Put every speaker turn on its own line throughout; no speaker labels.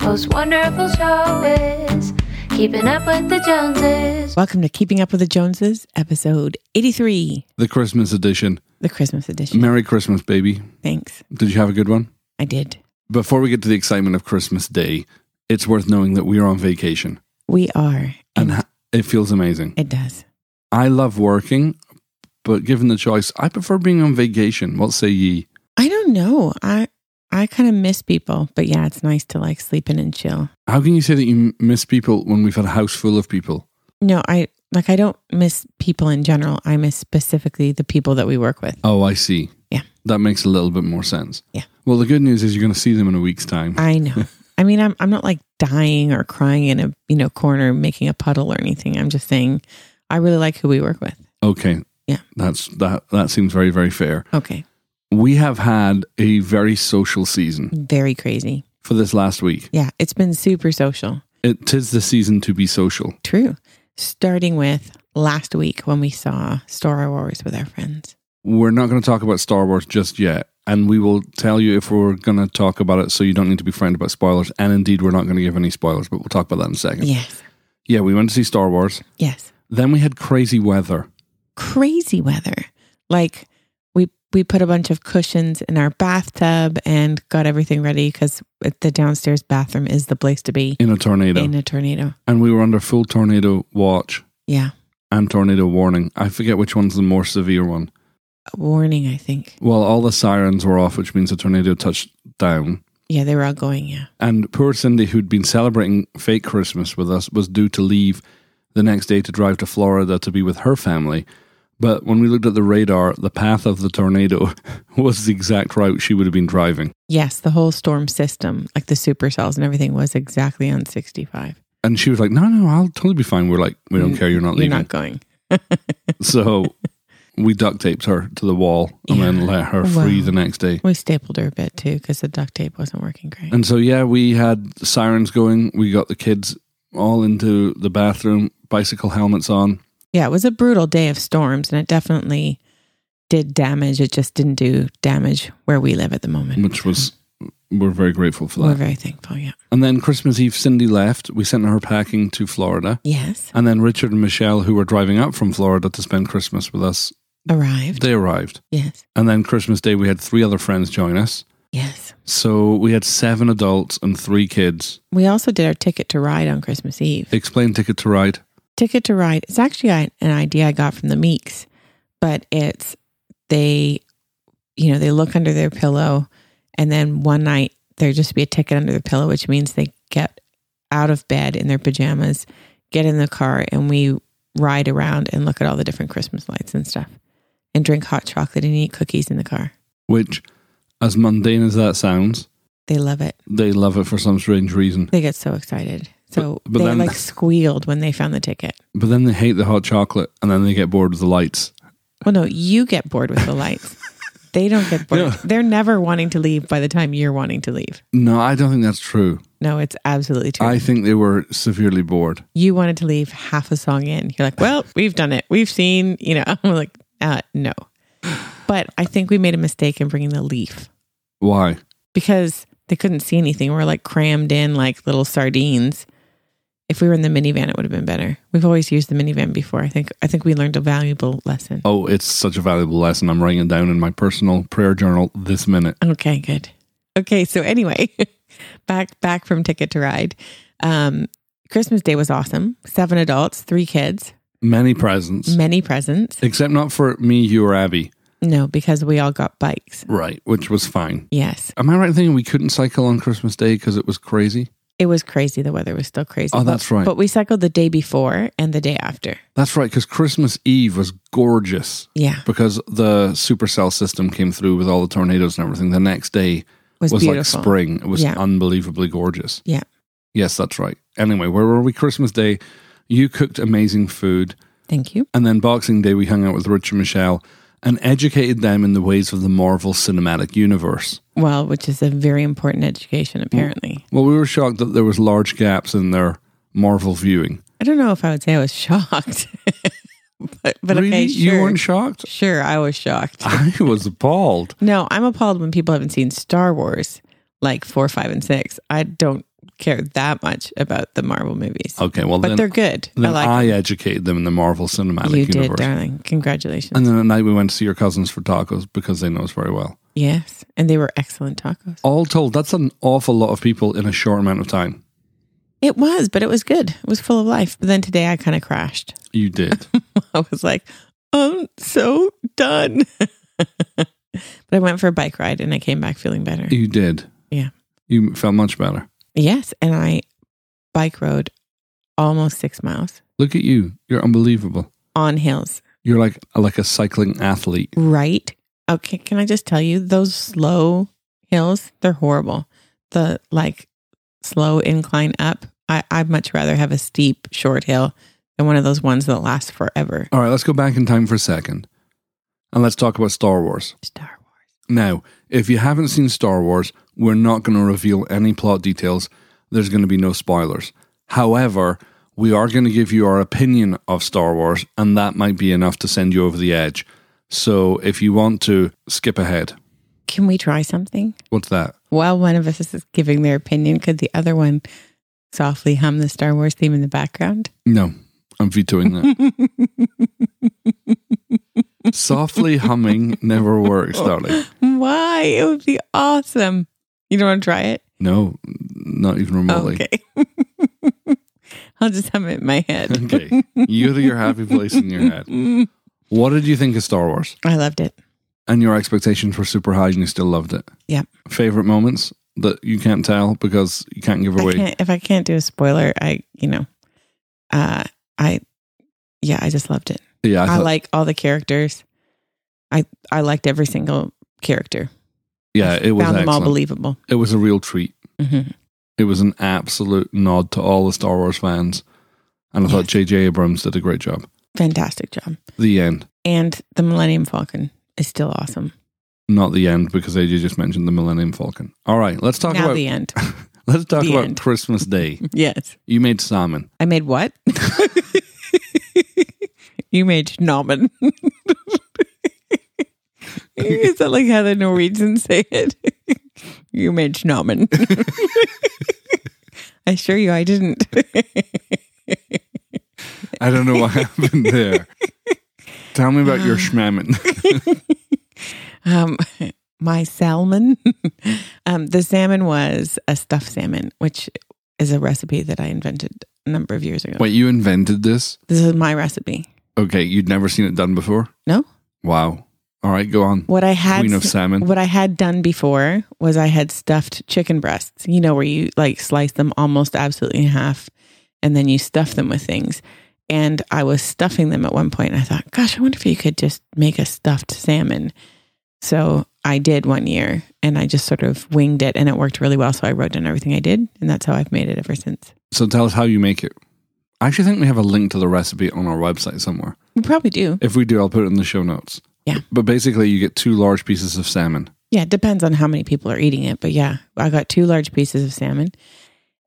wonderful show is keeping up with the Joneses.
Welcome to Keeping Up with the Joneses, episode 83,
The Christmas edition.
the Christmas edition.
Merry Christmas, baby.
Thanks.
Did you have a good one?
I did.
Before we get to the excitement of Christmas Day, it's worth knowing that we are on vacation
We are.
and ha- it feels amazing.
It does.
I love working, but given the choice, I prefer being on vacation. What say ye?
I don't know. I I kind of miss people, but yeah, it's nice to like sleep in and chill.
How can you say that you m- miss people when we've had a house full of people?
No, I like I don't miss people in general. I miss specifically the people that we work with.
Oh, I see.
Yeah.
That makes a little bit more sense.
Yeah.
Well, the good news is you're going to see them in a week's time.
I know. I mean, I'm I'm not like dying or crying in a, you know, corner making a puddle or anything. I'm just saying I really like who we work with.
Okay.
Yeah.
That's that that seems very very fair.
Okay.
We have had a very social season
Very crazy.
for this last week.
Yeah, it's been super social.
It tis the season to be social.
True. Starting with last week when we saw Star Wars with our friends.
We're not going to talk about Star Wars just yet, and we will tell you if we're going to talk about it, so you don't need to be frightened about spoilers. And indeed, we're not going to give any spoilers, but we'll talk about that in a second.
Yes.
Yeah, we went to see Star Wars.
Yes.
Then we had crazy weather.
Crazy weather. Like we we put a bunch of cushions in our bathtub and got everything ready cuz the downstairs bathroom is the place to be
in a tornado.
in a tornado.
and we were under full tornado watch
Yeah.
and tornado warning. I forget which one's the more severe one.
A warning, I think.
Well, all the sirens were off, which means the tornado touched down.
Yeah, they were all going, yeah.
And poor Cindy, who'd been celebrating fake Christmas with us, was due to leave the next day to drive to Florida to be with her family. But when we looked at the radar, the path of the tornado was the exact route she would have been driving.
Yes, the whole storm system, like the supercells and everything was exactly on 65.
And she was like, No, no, I'll totally be fine. We're like, We don't
Mm,
care. You're not
You're
leaving.
not going.
So we duct taped her to the wall and
Yeah.
then let her free
Wow.
the next day.
We stapled her a bit too cuz the duct tape wasn't working great.
And so, yeah, we had sirens going. We got the kids all into the bathroom, bicycle helmets on.
Yeah, it was a brutal day of storms and it definitely did damage. It just didn't do damage where we live at the moment.
which was we're very grateful for
we're
that.
very thankful, yeah.
And then Christmas Eve, Cindy left. We sent her packing to Florida,
Yes.
and then Richard and Michelle, who were driving up from Florida to spend Christmas with us,
Arrived.
they arrived.
Yes.
And then Christmas Day, we had three other friends join us.
Yes.
So we had seven adults and three kids.
We also did our ticket to ride on Christmas Eve.
Explain ticket to ride.
Ticket to ride is actually an an idea I got from the Meeks, but it's they you know, they look under their pillow and then one night there just be a ticket under the pillow, which means they get out of bed in their pajamas, get in the car, and we ride around and look at all the different Christmas lights and stuff and drink hot chocolate and eat cookies in the car.
Which, as mundane as that sounds,
They love it.
they love it for some strange reason.
They get so excited. So
But- but
they
then-
like squealed when they found the ticket.
But then they hate the hot chocolate, and then they get bored with the lights.
Well, no, you get bored with the lights. they don't get bored.
Yeah.
They're never wanting to leave by the time you're wanting to leave.
No, I don't think that's true.
No, it's absolutely true.
I think they were severely bored.
you wanted to leave half a song in. You're like, well, we've done it. We've seen, you know, I'm like, uh, no. But I think we made a mistake in bringing the leaf
Why?
because they couldn't see anything. We are like crammed in like little sardines. If we were in the minivan, it would have been better. We've always used the minivan before. I think I think we learned a valuable lesson.
Oh, it's such a valuable lesson. I'm writing it down in my personal prayer journal this minute.
Okay, good. Okay, so anyway, back back from Ticket to Ride. Um, Christmas Day was awesome. Seven adults, three kids,
Many presents,
many presents.
except not for me, you, or Abby.
No, because we all got bikes.
Right, which was fine.
Yes,
Am I right in thinking we couldn't cycle on Christmas Day because it was crazy?
it was crazy. The weather was still crazy.
Oh, that's
But-
right.
But we cycled the day before and the day after.
That's right, because Christmas Eve was gorgeous
Yeah, it
because the supercell system came through with all the tornadoes and everything. The next day
was,
was, like
beautiful.
spring. It was
Yeah.
unbelievably gorgeous.
Yeah.
Yes, that's right. Anyway, where were we Christmas Day? You cooked amazing food.
Thank you.
And then Boxing Day, we hung out with Richard Michelle and educated them in the ways of the Marvel Cinematic Universe.
Well, which is a very important education, apparently.
Well, we were shocked that there was large gaps in their Marvel viewing.
I don't know if I would say I was shocked, but but
really,
okay,
you
sure,
weren't shocked?
sure, I was shocked.
I was appalled.
No, I'm appalled when people haven't seen Star Wars like four, five, and six. I don't care that much about the Marvel movies,
Okay, Oh, well
but
then,
they're good. I
then
like.
I educated them in the Marvel Cinematic
you
Universe.
did, darling. Congratulations.
And then at night we went to see your cousins for tacos because they know us very well.
yes, and they were excellent tacos.
All told, that's an awful lot of people in a short amount of time.
It was, but it was good. It was full of life. But then today I kind of crashed.
You did.
I was like, I'm so done. but I went for a bike ride and I came back feeling better.
you did.
Yeah.
You felt much better.
Yes, and I bike rode almost six miles
Look at you. You're unbelievable.
on hills.
You're like like a cycling athlete.
Right? Okay. Can I just tell you those slow hills? They're horrible. The like slow incline up. I I'd much rather have a steep short hill than one of those ones that last forever.
All right, let's go back in time for a second. And let's talk about Star Wars.
Star Wars.
Now, if you haven't seen Star Wars, we're not going to reveal any plot details. There's going to be no spoilers. However, we are going to give you our opinion of Star Wars, and that might be enough to send you over the edge. So if you want to, skip ahead.
Can we try something?
What's that?
While one of us is giving their opinion, could the other one softly hum the Star Wars theme in the background?
No, I'm vetoing that. Softly humming never works, darling.
Why? It would be awesome. You don't want to try it?
No, not even remotely.
Okay. I'll just hum it in my head.
okay. You to your happy place in your head.
Mm.
What did you think of Star Wars?
I loved it.
And your expectations were super high and you still loved it.
Yep.
Favorite moments that you can't tell because you can't give
I
away.
can't, if I can't do a spoiler, I you know, uh, I yeah, I just loved it.
Yeah, I
I,
thought,
like all the characters. I I liked every single character.
yeah, it was
Found them all
excellent.
believable.
It was a real treat.
hmm
It was an absolute nod to all the Star Wars fans. And I thought J.J. Abrams did a great job.
Fantastic job.
The end.
And the Millennium Falcon is still awesome.
Not the end because AJ just mentioned the Millennium Falcon. All right, let's talk
now
about
the end.
let's talk
the
about
end.
Christmas Day.
yes,
You made salmon.
I made what? you made Schnaben. is that like how the Norwegians say it? you made Schnaben. I assure you, I didn't.
I don't know what happened there. Tell me about
Uh,
your schmammon.
um, my salmon. um, the salmon was a stuffed salmon, which is a recipe that I invented a number of years ago.
Wait, you invented this?
This is my recipe.
Okay, you'd never seen it done before?
No.
Wow. All right, go on.
What I had
Queen of salmon.
What I had done before was I had stuffed chicken breasts, you know, where you like slice them almost absolutely in half and then you stuff them with things. And I was stuffing them at one point and I thought, gosh, I wonder if you could just make a stuffed salmon. So I did one year and I just sort of winged it and it worked really well. So I wrote down everything I did and that's how I've made it ever since.
So tell us how you make it. I actually think we have a link to the recipe on our website somewhere.
We probably do.
If we do, I'll put it in the show notes.
Yeah.
But basically, you get two large pieces of salmon.
Yeah, it depends on how many people are eating it. But yeah, I got two large pieces of salmon.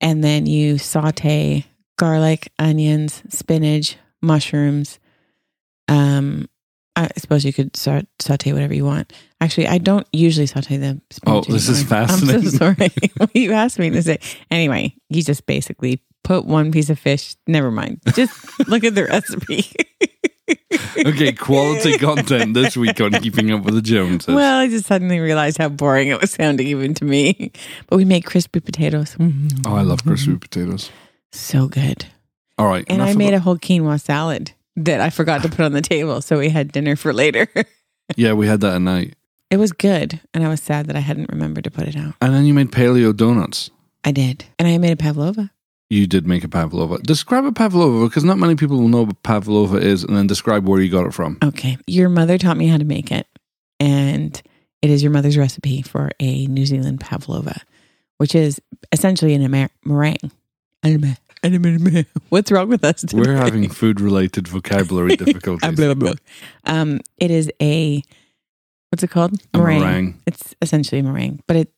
And then you saute garlic, onions, spinach, mushrooms. Um, I suppose you could sa- saute whatever you want. Actually, I don't usually saute the spinach.
Oh, this is
anymore. I'm
fascinating.
so sorry. you asked me to say. Anyway, you just basically put one piece of fish. Never mind. Just look at the recipe.
Okay, quality content this week on Keeping Up with the Joneses.
Well, I just suddenly realized how boring it was sounding even to me. But we made crispy potatoes. Mm,
oh, I love crispy potatoes.
so good.
All right.
And I made a whole quinoa salad that I forgot to put on the table. So we had dinner for later.
Yeah, we had that at night.
it was good. And I was sad that I hadn't remembered to put it out.
And then you made paleo donuts.
I did. And I made a pavlova.
You did make a pavlova. Describe a pavlova because not many people will know what pavlova is, and then describe where you got it from.
Okay. Your mother taught me how to make it. And it is your mother's recipe for a New Zealand pavlova, which is essentially an Amer- meringue. An Amer- an Amer- What's wrong with us today?
We're having food-related vocabulary
Ah,
difficulties.
blah, blah, blah. Um, it is a what's it called?
A meringue.
It's essentially a meringue, but it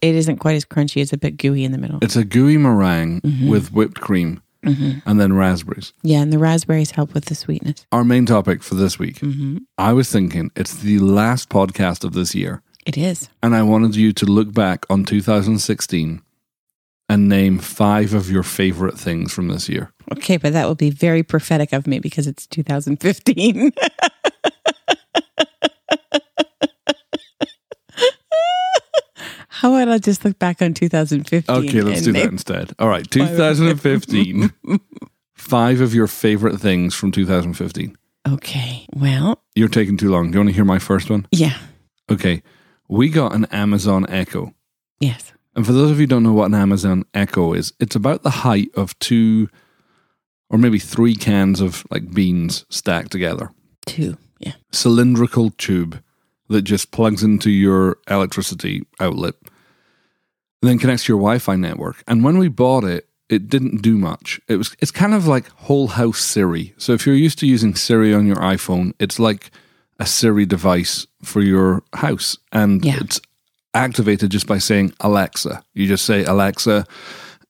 it isn't quite as crunchy. It's a bit gooey in the middle.
It's a gooey meringue
Mhm.
with whipped cream
Mhm.
and then raspberries.
Yeah, and the raspberries help with the sweetness.
Our main topic for this week.
Mm-hmm.
I was thinking it's the last podcast of this year,
It is.
and I wanted you to look back on 2016 and name five of your favorite things from this year.
Okay, but that would be very prophetic of me because it's 2015. How about I just look back on 2015?
Okay, let's
and
do
name-
that instead. All right, 2015. five of your favorite things from 2015.
Okay, well,
You're taking too long. Do you want to hear my first one?
yeah,
Okay. We got an Amazon Echo.
yes.
And for those of you who don't know what an Amazon Echo is, it's about the height of two or maybe three cans of like beans stacked together.
Two, yeah.
Cylindrical tube that just plugs into your electricity outlet and then connects to your Wi-Fi network. And when we bought it, it didn't do much. It was it's kind of like whole house Siri. So if you're used to using Siri on your iPhone, it's like a Siri device for your house, and
Yeah.
it's activated just by saying Alexa. You just say Alexa,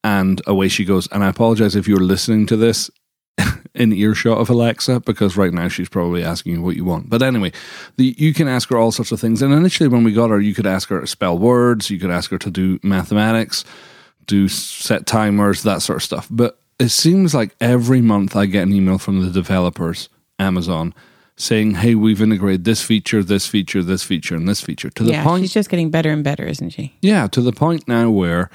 and away she goes. And I apologize if you're listening to this. In earshot of Alexa, because right now she's probably asking you what you want. But anyway, the, you can ask her all sorts of things. And initially, when we got her, you could ask her to spell words, you could ask her to do mathematics, do set timers, that sort of stuff. But it seems like every month I get an email from the developers, Amazon, saying, "Hey, we've integrated this feature, this feature, this feature, and this feature." To the
yeah,
point,
she's just getting better and better, isn't she?
yeah, to the point now where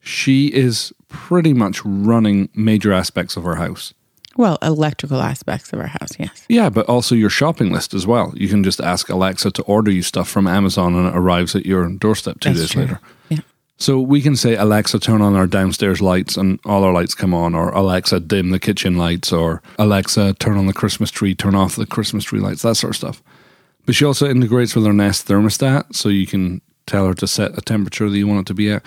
she is pretty much running major aspects of her house.
Well, electrical aspects of our house, yes.
Yeah, but also your shopping list as well. You can just ask Alexa to order you stuff from Amazon and it arrives at your doorstep two
That's
days
true.
later.
Yeah.
So we can say, Alexa, turn on our downstairs lights and all our lights come on, or Alexa, dim the kitchen lights, or Alexa, turn on the Christmas tree, turn off the Christmas tree lights, that sort of stuff. But she also integrates with her Nest thermostat, so you can tell her to set a temperature that you want it to be at.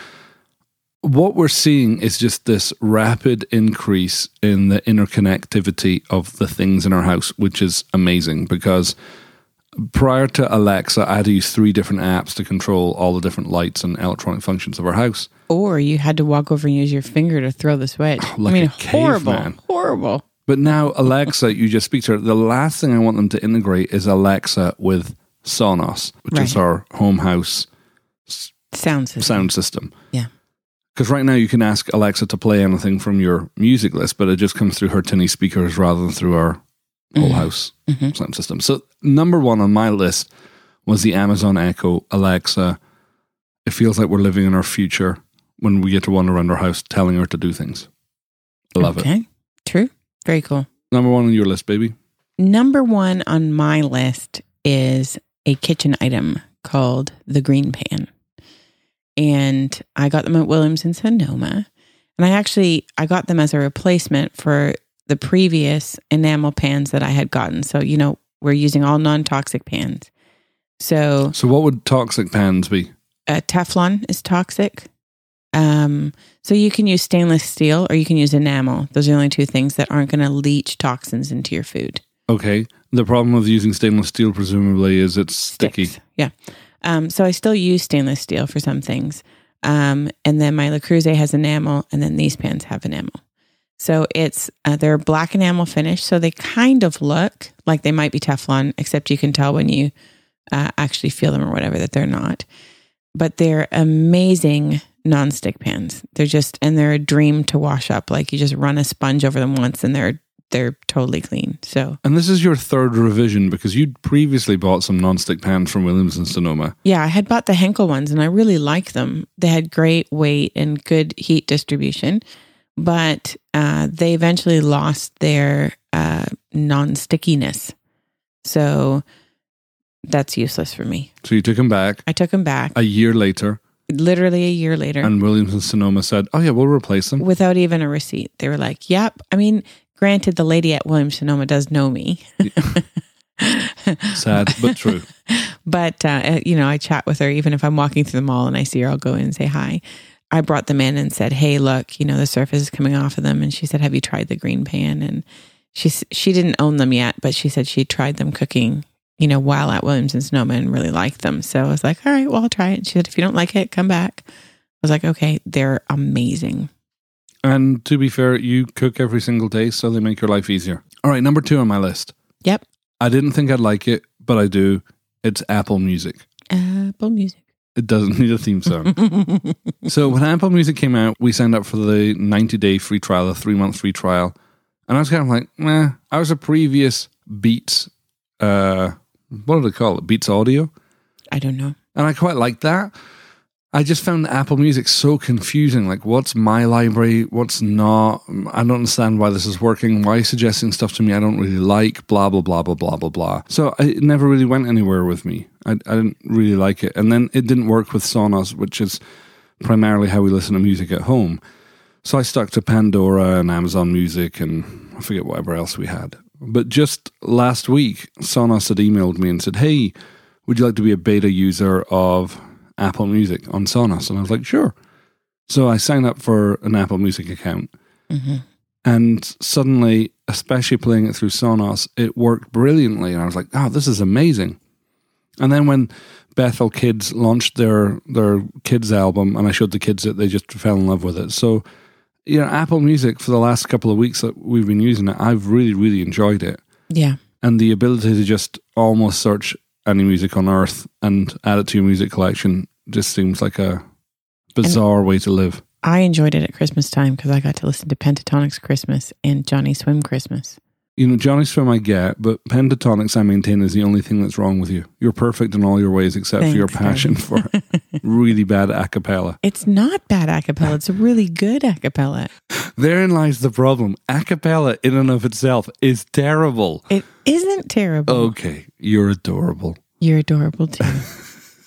What we're seeing is just this rapid increase in the interconnectivity of the things in our house, which is amazing because prior to Alexa, I had to use three different apps to control all the different lights and electronic functions of our house.
Or you had to walk over and use your finger to throw the switch.
like
I mean,
a
horrible,
caveman.
horrible.
But now, Alexa, you just speak to her. The last thing I want them to integrate is Alexa with Sonos, which is
Right.
our home house
Sound system.
sound system.
Yeah.
Because right now you can ask Alexa to play anything from your music list, but it just comes through her tinny speakers rather than through our whole
Mm-hmm.
house sound system. So number one on my list was the Amazon Echo Alexa. It feels like we're living in our future when we get to wander around our house telling her to do things. I love it.
Okay. True. Very cool.
Number one on your list, baby.
Number one on my list is a kitchen item called the green pan. And I got them at Williams in Sonoma. And I actually I got them as a replacement for the previous enamel pans that I had gotten. So, you know, we're using all non-toxic pans. So
So what would toxic pans be?
uh, Teflon is toxic. Um, so you can use stainless steel or you can use enamel. Those are the only two things that aren't going to leach toxins into your food.
Okay. The problem with using stainless steel, presumably, is it's sticky.
Sticks. Yeah. Um, so I still use stainless steel for some things. Um, and then my La Creuset has enamel, and then these pans have enamel. So it's uh, they're a black enamel finish, so they kind of look like they might be Teflon, except you can tell when you uh, actually feel them or whatever that they're not. But they're amazing nonstick pans. They're just and they're a dream to wash up. Like you just run a sponge over them once, and they're they're totally clean. So
And this is your third revision because you'd previously bought some nonstick pans from Williams and Sonoma.
Yeah, I had bought the Henkel ones and I really liked them. They had great weight and good heat distribution, but uh, they eventually lost their uh, non stickiness. So that's useless for me.
So you took them back
I took them back
a year later,
literally a year later
and Williams and Sonoma said, "Oh yeah, we'll replace them."
without even a receipt. They were like, yep. I mean, granted, the lady at Williams Sonoma does know me.
Sad but true.
But uh, you know, I chat with her even if I'm walking through the mall and I see her, I'll go in and say hi. I brought them in and said, "Hey, look, you know the surface is coming off of them." And she said, "Have you tried the green pan?" And she s- she didn't own them yet, but she said she tried them cooking, you know, while at Williams and Sonoma and really liked them. So I was like, "All right, well, I'll try it." And she said, "If you don't like it, come back." I was like, "Okay, they're amazing."
And to be fair, you cook every single day, so they make your life easier. All right, number two on my list.
Yep,
I didn't think I'd like it, but I do. It's Apple Music.
Apple Music.
It doesn't need a theme song. so when Apple Music came out, we signed up for the 90 day free trial, the three month free trial. And I was kind of like, nah, I was a previous Beats, uh, what do they call it? Beats Audio.
I don't know.
And I quite liked that. I just found Apple Music so confusing. Like, what's my library? What's not? I don't understand why this is working. Why are you suggesting stuff to me I don't really like? Blah, blah, blah, blah, blah, blah, blah. So I- it never really went anywhere with me. I, I didn't really like it. And then it didn't work with Sonos, which is primarily how we listen to music at home. So I stuck to Pandora and Amazon Music and I forget whatever else we had. But just last week, Sonos had emailed me and said, Hey, would you like to be a beta user of Apple Music on Sonos? And I was like, Sure. So I signed up for an Apple Music account. And suddenly, especially playing it through Sonos, it worked brilliantly. And I was like, Oh, this is amazing. And then when Bethel Kids launched their their kids album, and I showed the kids it, they just fell in love with it. So, you know, Apple Music for the last couple of weeks that we've been using it, I've really really enjoyed it,
Yeah.
and the ability to just almost search any music on earth and add it to your music collection just seems like a bizarre way to live.
I enjoyed it at Christmas time because I got to listen to Pentatonic's Christmas and Johnny Swim Christmas.
You know, Johnny Swim I get, but pentatonics I maintain is the only thing that's wrong with you. You're perfect in all your ways except for your
Thanks, Dave.
passion for really bad a cappella.
It's not bad a cappella. It's a really good a cappella.
Therein lies the problem. A cappella in and of itself is terrible.
It isn't terrible.
Okay, you're adorable.
You're adorable too.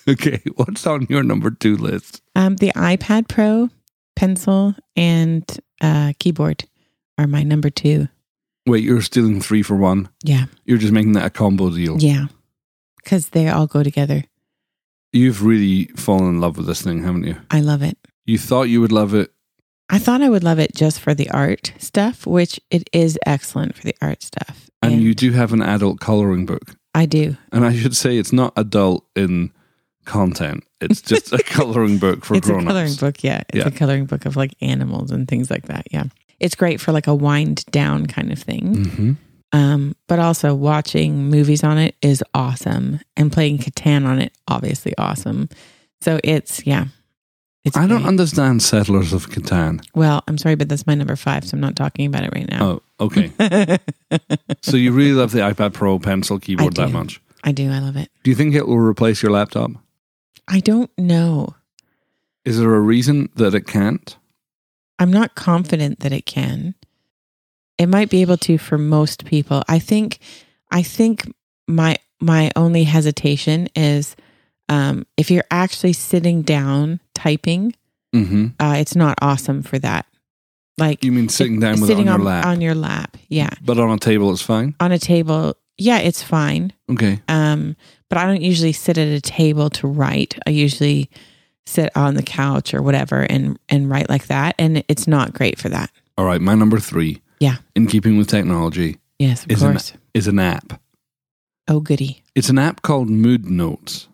Okay, what's on your number two list?
Um, the iPad Pro, pencil, and uh, keyboard are my number two.
Wait, you're stealing three for one.
Yeah.
You're just making that a combo deal.
Yeah. Because they all go together.
You've really fallen in love with this thing, haven't you?
I love it.
You thought you would love it.
I thought I would love it just for the art stuff, which it is excellent for the art stuff.
And you do have an adult coloring book.
I do.
And I should say it's not adult in content. It's just a coloring book for
it's a
grown
coloring
ups.
book. Yeah. It's
Yeah.
a coloring book of like animals and things like that. Yeah. It's great for like a wind down kind of thing.
Mm-hmm.
Um, but also watching movies on it is awesome. And playing Catan on it, obviously awesome. So it's, yeah. It's
I don't
great.
understand Settlers of Catan.
well, I'm sorry, but that's my number five. So I'm not talking about it right now.
Oh, okay. Oh. so you really love the iPad Pro pencil keyboard that
do.
much.
I do. I love it.
Do you think it will replace your laptop?
I don't know.
Is there a reason that it can't?
I'm not confident that it can. It might be able to for most people. I think I think my my only hesitation is um, if you're actually sitting down typing,
Mm-hmm.
uh, it's not awesome for that. Like
You mean sitting down with
sitting
it on, your lap,
on your lap. Yeah.
but on a table it's fine.
On a table, yeah, it's fine.
Okay,
Um, but I don't usually sit at a table to write. I usually sit on the couch or whatever and and write like that. And it's not great for that.
all right. My number three,
Yeah.
in keeping with technology,
Yes, of
is an
course.
is an app.
Oh, goody.
It's an app called Mood Notes,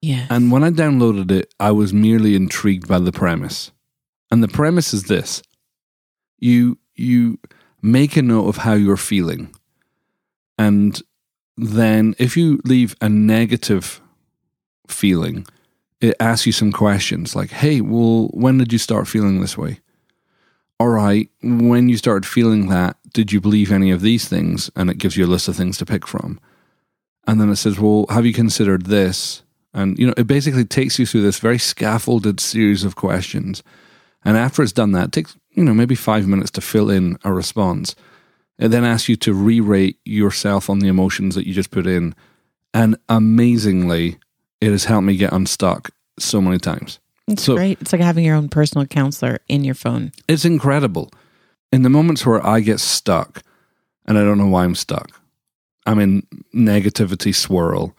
Yeah.
and when I downloaded it, I was merely intrigued by the premise. And the premise is this: you you make a note of how you're feeling, and then if you leave a negative feeling, it asks you some questions like, hey, well, when did you start feeling this way? All right, when you started feeling that, did you believe any of these things? And it gives you a list of things to pick from. And then it says, well, have you considered this? And, you know, it basically takes you through this very scaffolded series of questions. And after it's done that, it takes, you know, maybe five minutes to fill in a response. It then asks you to re rate yourself on the emotions that you just put in. And amazingly, it has helped me get unstuck so many times.
It's
So-
great. It's like having your own personal counselor in your phone.
It's incredible. In the moments where I get stuck, and I don't know why I'm stuck, I'm in negativity swirl.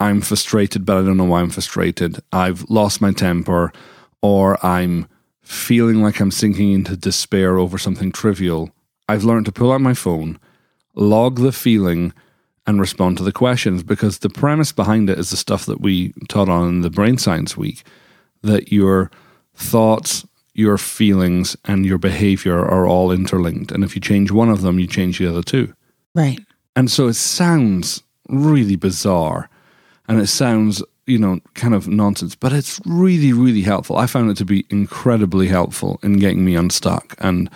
I'm frustrated, but I don't know why I'm frustrated. I've lost my temper, or I'm feeling like I'm sinking into despair over something trivial. I've learned to pull out my phone, log the feeling, and respond to the questions because the premise behind it is the stuff that we taught on in the Brain Science Week that your thoughts, your feelings, and your behavior are all interlinked. And if you change one of them, you change the other two.
Right.
And so it sounds really bizarre and it sounds you know, kind of nonsense, but it's really, really helpful. I found it to be incredibly helpful in getting me unstuck, and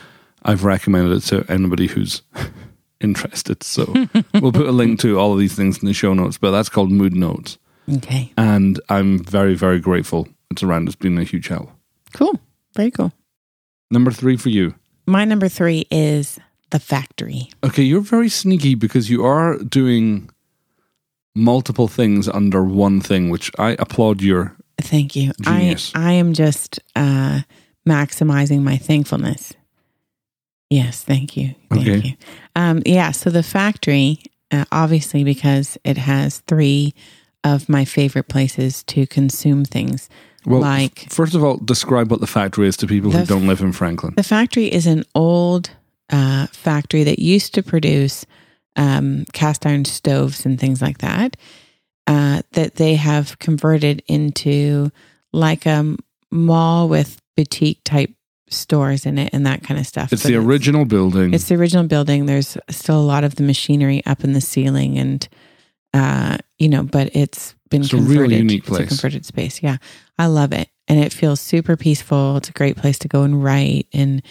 I've recommended it to anybody who's interested. So we'll put a link to all of these things in the show notes, but that's called Mood Notes.
Okay.
And I'm very, very grateful it's around. It's been a huge help.
Cool. Very cool.
Number three for you.
My number three is The Factory.
Okay, you're very sneaky because you are doing multiple things under one thing, which I applaud your
Thank you.
Genius.
I I am just uh maximizing my thankfulness. Yes, thank you. Thank
Okay.
you. Um yeah, so the factory uh, obviously because it has 3 of my favorite places to consume things.
Well,
like
First of all, describe what the factory is to people who
The-
don't live in Franklin.
the factory is an old uh, factory that used to produce um, cast iron stoves and things like that, uh, that they have converted into like a mall with boutique type stores in it and that kind of stuff.
It's
So
the original building.
It's the original building. There's still a lot of the machinery up in the ceiling and, uh, you know, but it's been
It's a really
converted.
unique place.
It's a converted space. Yeah. I love it. And it feels super peaceful. It's a great place to go and write and,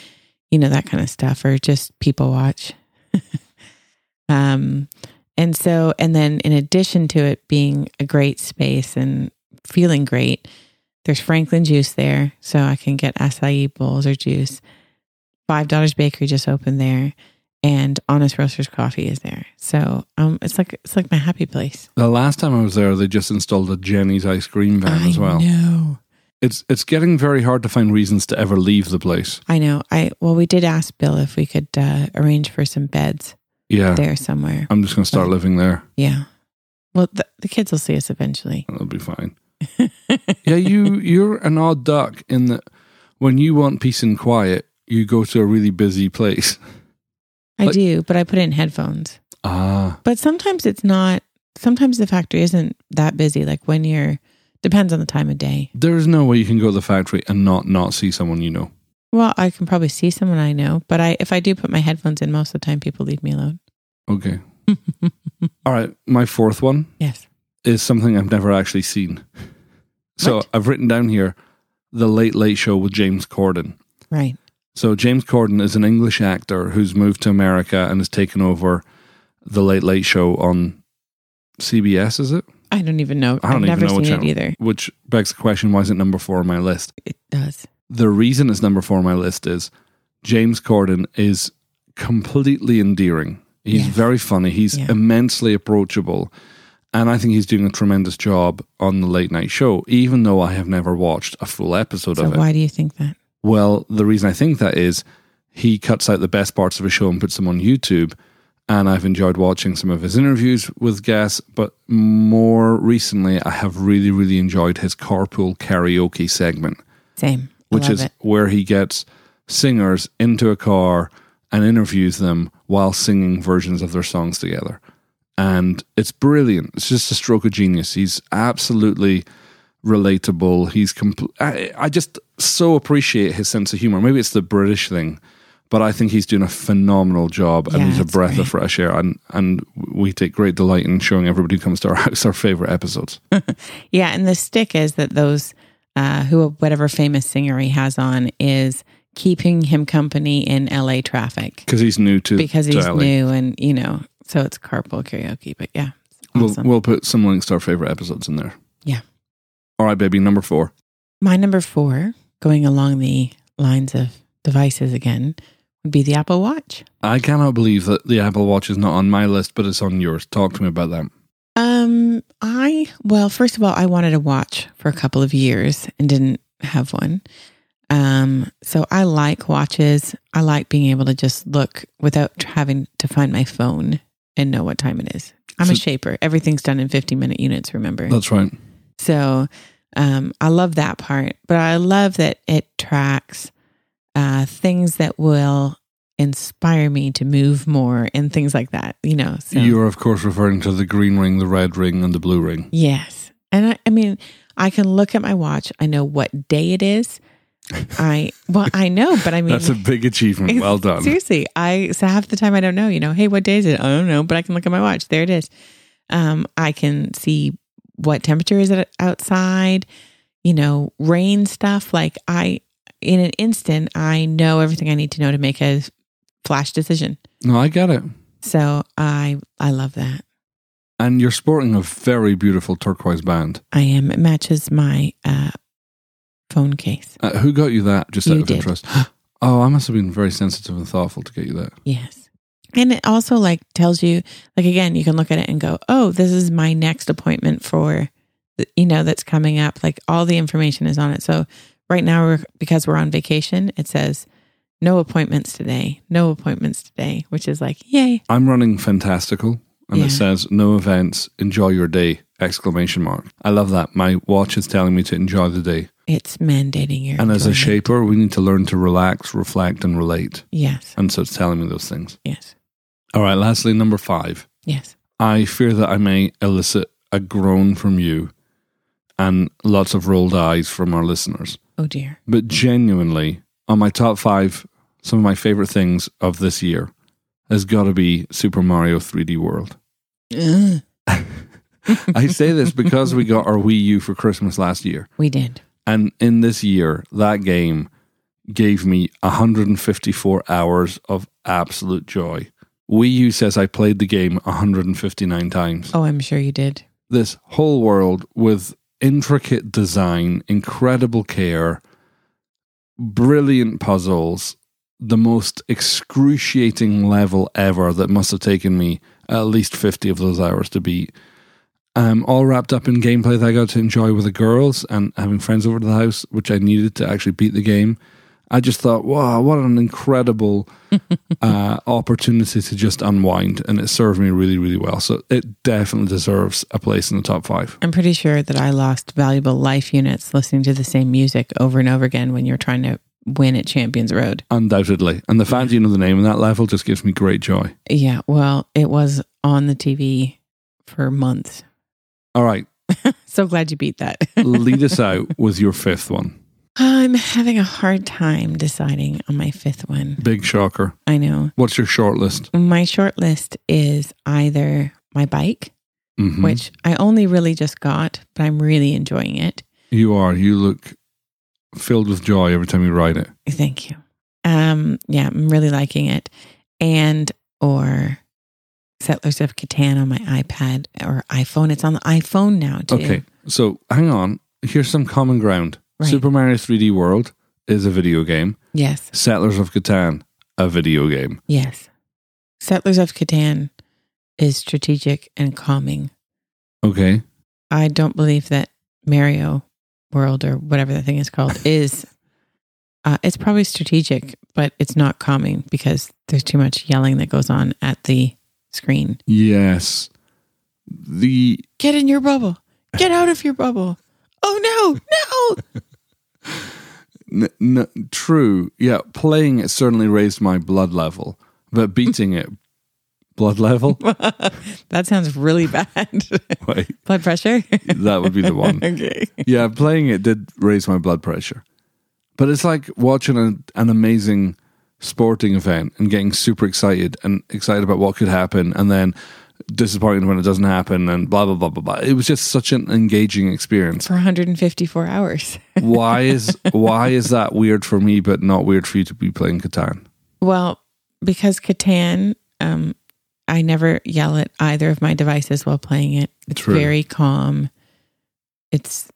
you know, that kind of stuff or just people watch. um, and so, and then in addition to it being a great space and feeling great, there's Franklin juice there. So I can get acai bowls or juice. Five Dollars Bakery just opened there, and Honest Roasters Coffee is there. So um, it's like it's like my happy place.
the last time I was there, they just installed a Jenny's ice cream van as well.
know.
It's it's getting very hard to find reasons to ever leave the place.
I know. I well, we did ask Bill if we could uh, arrange for some beds
Yeah,
there somewhere.
I'm just going to start
Right.
living there.
Yeah. Well, the, the kids will see us eventually.
That'll be fine. yeah, you you're an odd duck in that when you want peace and quiet, you go to a really busy place.
I
But-
do, but I put in headphones.
Ah,
But sometimes it's not. Sometimes the factory isn't that busy. Like when you're depends on the time of day.
there is no way you can go to the factory and not not see someone you know.
Well, I can probably see someone I know, but I if I do put my headphones in, most of the time people leave me alone.
Okay. All right, my fourth one.
yes.
is something I've never actually seen. So
Right.
I've written down here The Late Late Show with James Corden.
Right.
So James Corden is an English actor who's moved to America and has taken over The Late Late Show on CBS, is it?
I don't even know.
I don't
I've
even
never
know
seen
what
it
channel.
either.
Which begs the question why is it number four on my list?
It does.
The reason it's number four on my list is James Corden is completely endearing. He's
Yes.
very funny. He's
Yeah.
immensely approachable. And I think he's doing a tremendous job on the late night show, even though I have never watched a full episode
So
of it.
why do you think that?
Well, the reason I think that is he cuts out the best parts of a show and puts them on YouTube. And I've enjoyed watching some of his interviews with guests, but more recently, I have really, really enjoyed his carpool karaoke segment
Same. I
which
love
is
it.
where he gets singers into a car and interviews them while singing versions of their songs together. And it's brilliant. It's just a stroke of genius. He's absolutely relatable. He's compl- I, I just so appreciate his sense of humor. Maybe it's the British thing, but I think he's doing a phenomenal job and
Yeah,
he's a
it's
breath of
great.
fresh air. And and we take great delight in showing everybody who comes to our house our favorite episodes.
Yeah, and the stick is that those uh, who whatever famous singer he has on is keeping him company in LA traffic
Because he's new to
because he's
to LA.
new and you know, so it's carpool karaoke. But yeah, it's awesome.
We'll, we'll put some links to our favorite episodes in there.
Yeah.
All right, baby. Number four.
My number four, going along the lines of devices again, would be the Apple Watch.
I cannot believe that the Apple Watch is not on my list, but it's on yours. Talk to me about that.
Um, I well, first of all, I wanted a watch for a couple of years and didn't have one. Um, so I like watches. I like being able to just look without having to find my phone and know what time it is. I'm
So- Oh.
a shaper. Everything's done in 50 minute units, remember?
That's right.
So um, I love that part, but I love that it tracks uh, things that will inspire me to move more and things like that, you know. So
You're, of course, referring to the green ring, the red ring, and the blue ring.
Yes. And I, I mean, I can look at my watch. I know what day it is. I, well, I know, but I mean,
That's a big achievement. Well done.
seriously, I, so half the time I don't know, you know, hey, what day is it? I don't know, but I can look at my watch. There it is. Um, I can see what temperature is it outside, you know, rain stuff. Like I, in an instant, I know everything I need to know to make a flash decision.
No, I get it.
So I, I love that.
And you're sporting a very beautiful turquoise band.
I am. It matches my uh, phone case.
Uh, who got you that? Just out
You
of
did.
interest. Oh, I must have been very sensitive and thoughtful to get you that.
Yes. And it also like tells you, like again, you can look at it and go, oh, this is my next appointment for, th- you know, that's coming up. Like all the information is on it. So right now, we're, because we're on vacation, it says no appointments today, no appointments today, which is like, yay.
I'm running fantastical, and
Yeah.
it says no events. Enjoy your day! Exclamation mark. I love that. My watch is telling me to enjoy the day.
It's mandating your.
And as a
enjoyment.
shaper, we need to learn to relax, reflect, and relate.
Yes.
And so it's telling me those things.
Yes.
All right. Lastly, number five.
Yes.
I fear that I may elicit a groan from you, and lots of rolled eyes from our listeners.
Oh dear.
but genuinely on my top five some of my favorite things of this year has got to be super mario 3d world
Ugh.
i say this because we got our wii u for christmas last year
We did.
and in this year that game gave me 154 hours of absolute joy wii u says i played the game 159 times
Oh, I'm sure you did.
this whole world with intricate design, incredible care, brilliant puzzles, the most excruciating level ever that must have taken me at least 50 of those hours to beat. Um, all wrapped up in gameplay that I got to enjoy with the girls and having friends over to the house, which I needed to actually beat the game. I just thought, wow, what an incredible uh, opportunity to just unwind, and it served me really, really well. So it definitely deserves a place in the top five.
I'm pretty sure that I lost valuable life units listening to the same music over and over again when you're trying to win at Champions Road.
Undoubtedly. And the fact you know the name and that level just gives me great joy.
Yeah, well, it was on the TV for months.
All right,
So glad you beat that.
lead us out with your fifth one.
I'm having a hard time deciding on my fifth one.
Big shocker.
I know.
What's your short list?
My short list is either my bike,
Mhm.
which I only really just got, but I'm really enjoying it.
You are. You look filled with joy every time you ride it.
Thank you. Um, yeah, I'm really liking it. And or Settlers of Catan on my iPad or iPhone. It's on the iPhone now too.
Okay, so hang on. Here's some common ground
Right.
Super Mario 3D World is a video game,
Yes.
Settlers of Catan, a video game.
Yes. Settlers of Catan is strategic and calming.
Okay.
I don't believe that Mario World or whatever the thing is called is. Uh, it's probably strategic, but it's not calming because there's too much yelling that goes on at the screen.
Yes. The
Get in your bubble. Get out of your bubble. Oh no, no.
n- n- true, yeah, playing it certainly raised my blood level, but beating it, blood level,
that sounds really bad.
wait,
Blood pressure.
that would be the one.
okay.
Yeah, playing it did raise my blood pressure, but it's like watching a, an amazing sporting event and getting super excited and excited about what could happen, and then disappointed when it doesn't happen, and blah blah blah blah blah. It was just such an engaging experience.
For 154 hours.
Why is why is that weird for me, but not weird for you to be playing Catan?
Well, because Catan, um, I never yell at either of my devices while playing it. It's
True.
very calm. It's,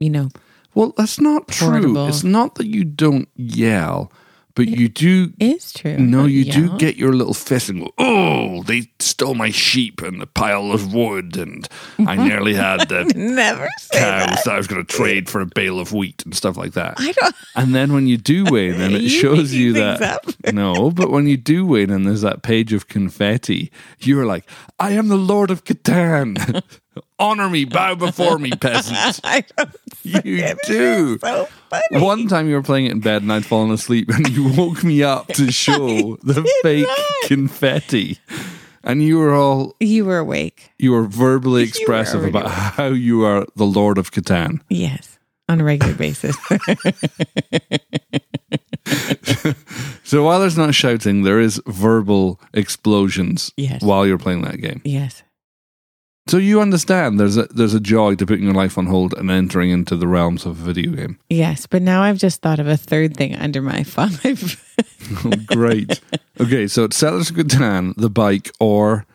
you know,
Well, that's not
Portable.
true. It's not that you don't yell, but you do.
is true.
No, you do
Yell.
get your little fist and go, oh, they stole my sheep and the pile of wood, and I nearly had the
never say
cows
that.
that I was going to trade for a bale of wheat and stuff like that.
I don't.
And then when you do win, and it
You
shows
making
you
things
that.
up.
no, but when you do win, and there's that page of confetti, you're like, I am the Lord of Catan. Honor me, bow before me, peasants.
I don't.
You do.
So funny.
One time you were playing it in bed and I'd fallen asleep and you woke me up to show the fake
not.
confetti. And you were all
You were awake.
you were verbally expressive
already
about how you are the Lord of Catan.
Yes. On a regular basis.
So while there's not shouting, there is verbal explosions
Yes.
while you're playing that game.
yes.
So you understand there's a there's a joy to putting your life on hold and entering into the realms of a video game.
Yes, but now I've just thought of a third thing under my five.
Oh, Great. okay, so it's Settlers of Catan, the bike, or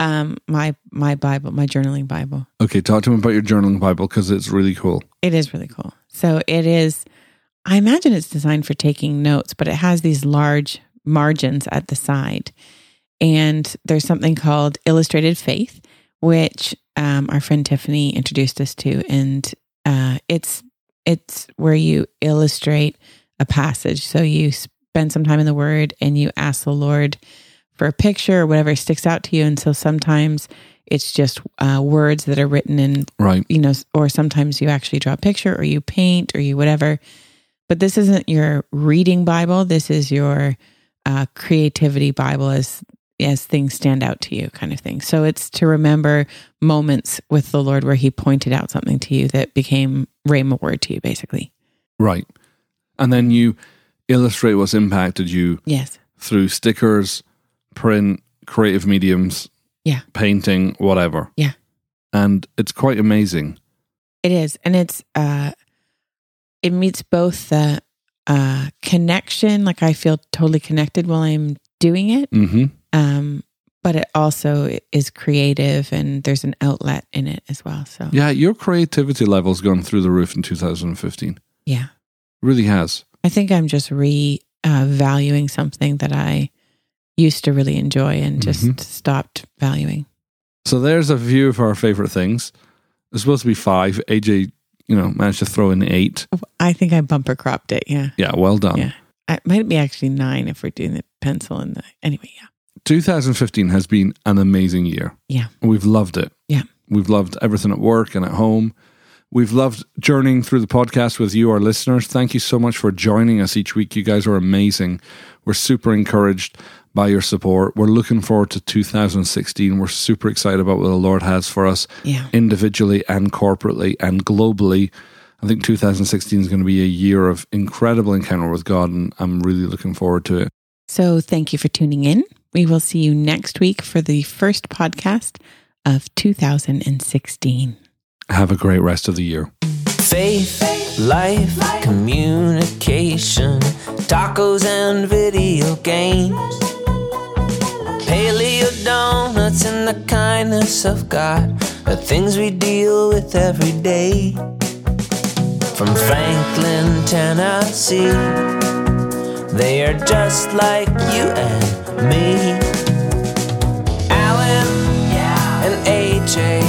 um, my my Bible, my journaling Bible.
okay, talk to him about your journaling Bible because it's really cool.
It is really cool. So it is. I imagine it's designed for taking notes, but it has these large margins at the side, and there's something called Illustrated Faith, which um, our friend Tiffany introduced us to, and uh, it's it's where you illustrate a passage. So you spend some time in the Word and you ask the Lord for a picture or whatever sticks out to you. And so sometimes it's just uh, words that are written in
Right.
you know, or sometimes you actually draw a picture or you paint or you whatever. But this isn't your reading Bible. This is your uh, creativity Bible as as things stand out to you, kind of thing. So it's to remember moments with the Lord where He pointed out something to you that became rhema word to you, basically.
Right. And then you illustrate what's impacted you
Yes,
through stickers, print, creative mediums,
Yeah.
painting, whatever.
Yeah.
And it's quite amazing.
it is, and it's uh, it meets both the uh, connection. Like I feel totally connected while I'm doing it,
Mm-hmm.
um, but it also is creative and there's an outlet in it as well. So
Yeah, your creativity level's gone through the roof in 2015.
Yeah.
Really has.
I think I'm just re uh, valuing something that I used to really enjoy and just
Mhm.
stopped valuing.
So there's a few of our favorite things. It's supposed to be five. AJ, you know, managed to throw in eight.
I think I bumper cropped it. Yeah,
Yeah, well done.
Yeah. it might be actually nine if we're doing the pencil and the anyway. Yeah,
2015 has been an amazing year.
Yeah.
We've loved it.
Yeah.
We've loved everything at work and at home. We've loved journeying through the podcast with you, our listeners. Thank you so much for joining us each week. You guys are amazing. We're super encouraged by your support. We're looking forward to 2016. We're super excited about what the Lord has for us
yeah,
individually and corporately and globally. I think 2016 is going to be a year of incredible encounter with God, and I'm really looking forward to it.
So thank you for tuning in. We will see you next week for the first podcast of 2016.
Have a great rest of the year.
Faith, life, communication, tacos and video games. Paleo donuts and the kindness of God, the things we deal with every day. From Franklin, Tennessee, they are just like you and me. Alan and AJ.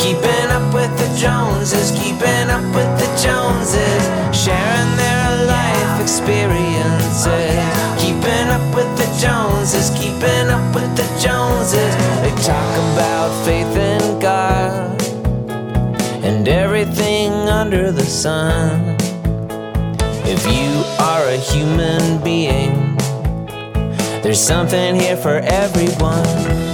Keeping up with the Joneses, keeping up with the Joneses, sharing their life experiences. Keeping up with the Joneses, keeping up with the Joneses. They talk about faith in God and everything under the sun. If you are a human being, there's something here for everyone.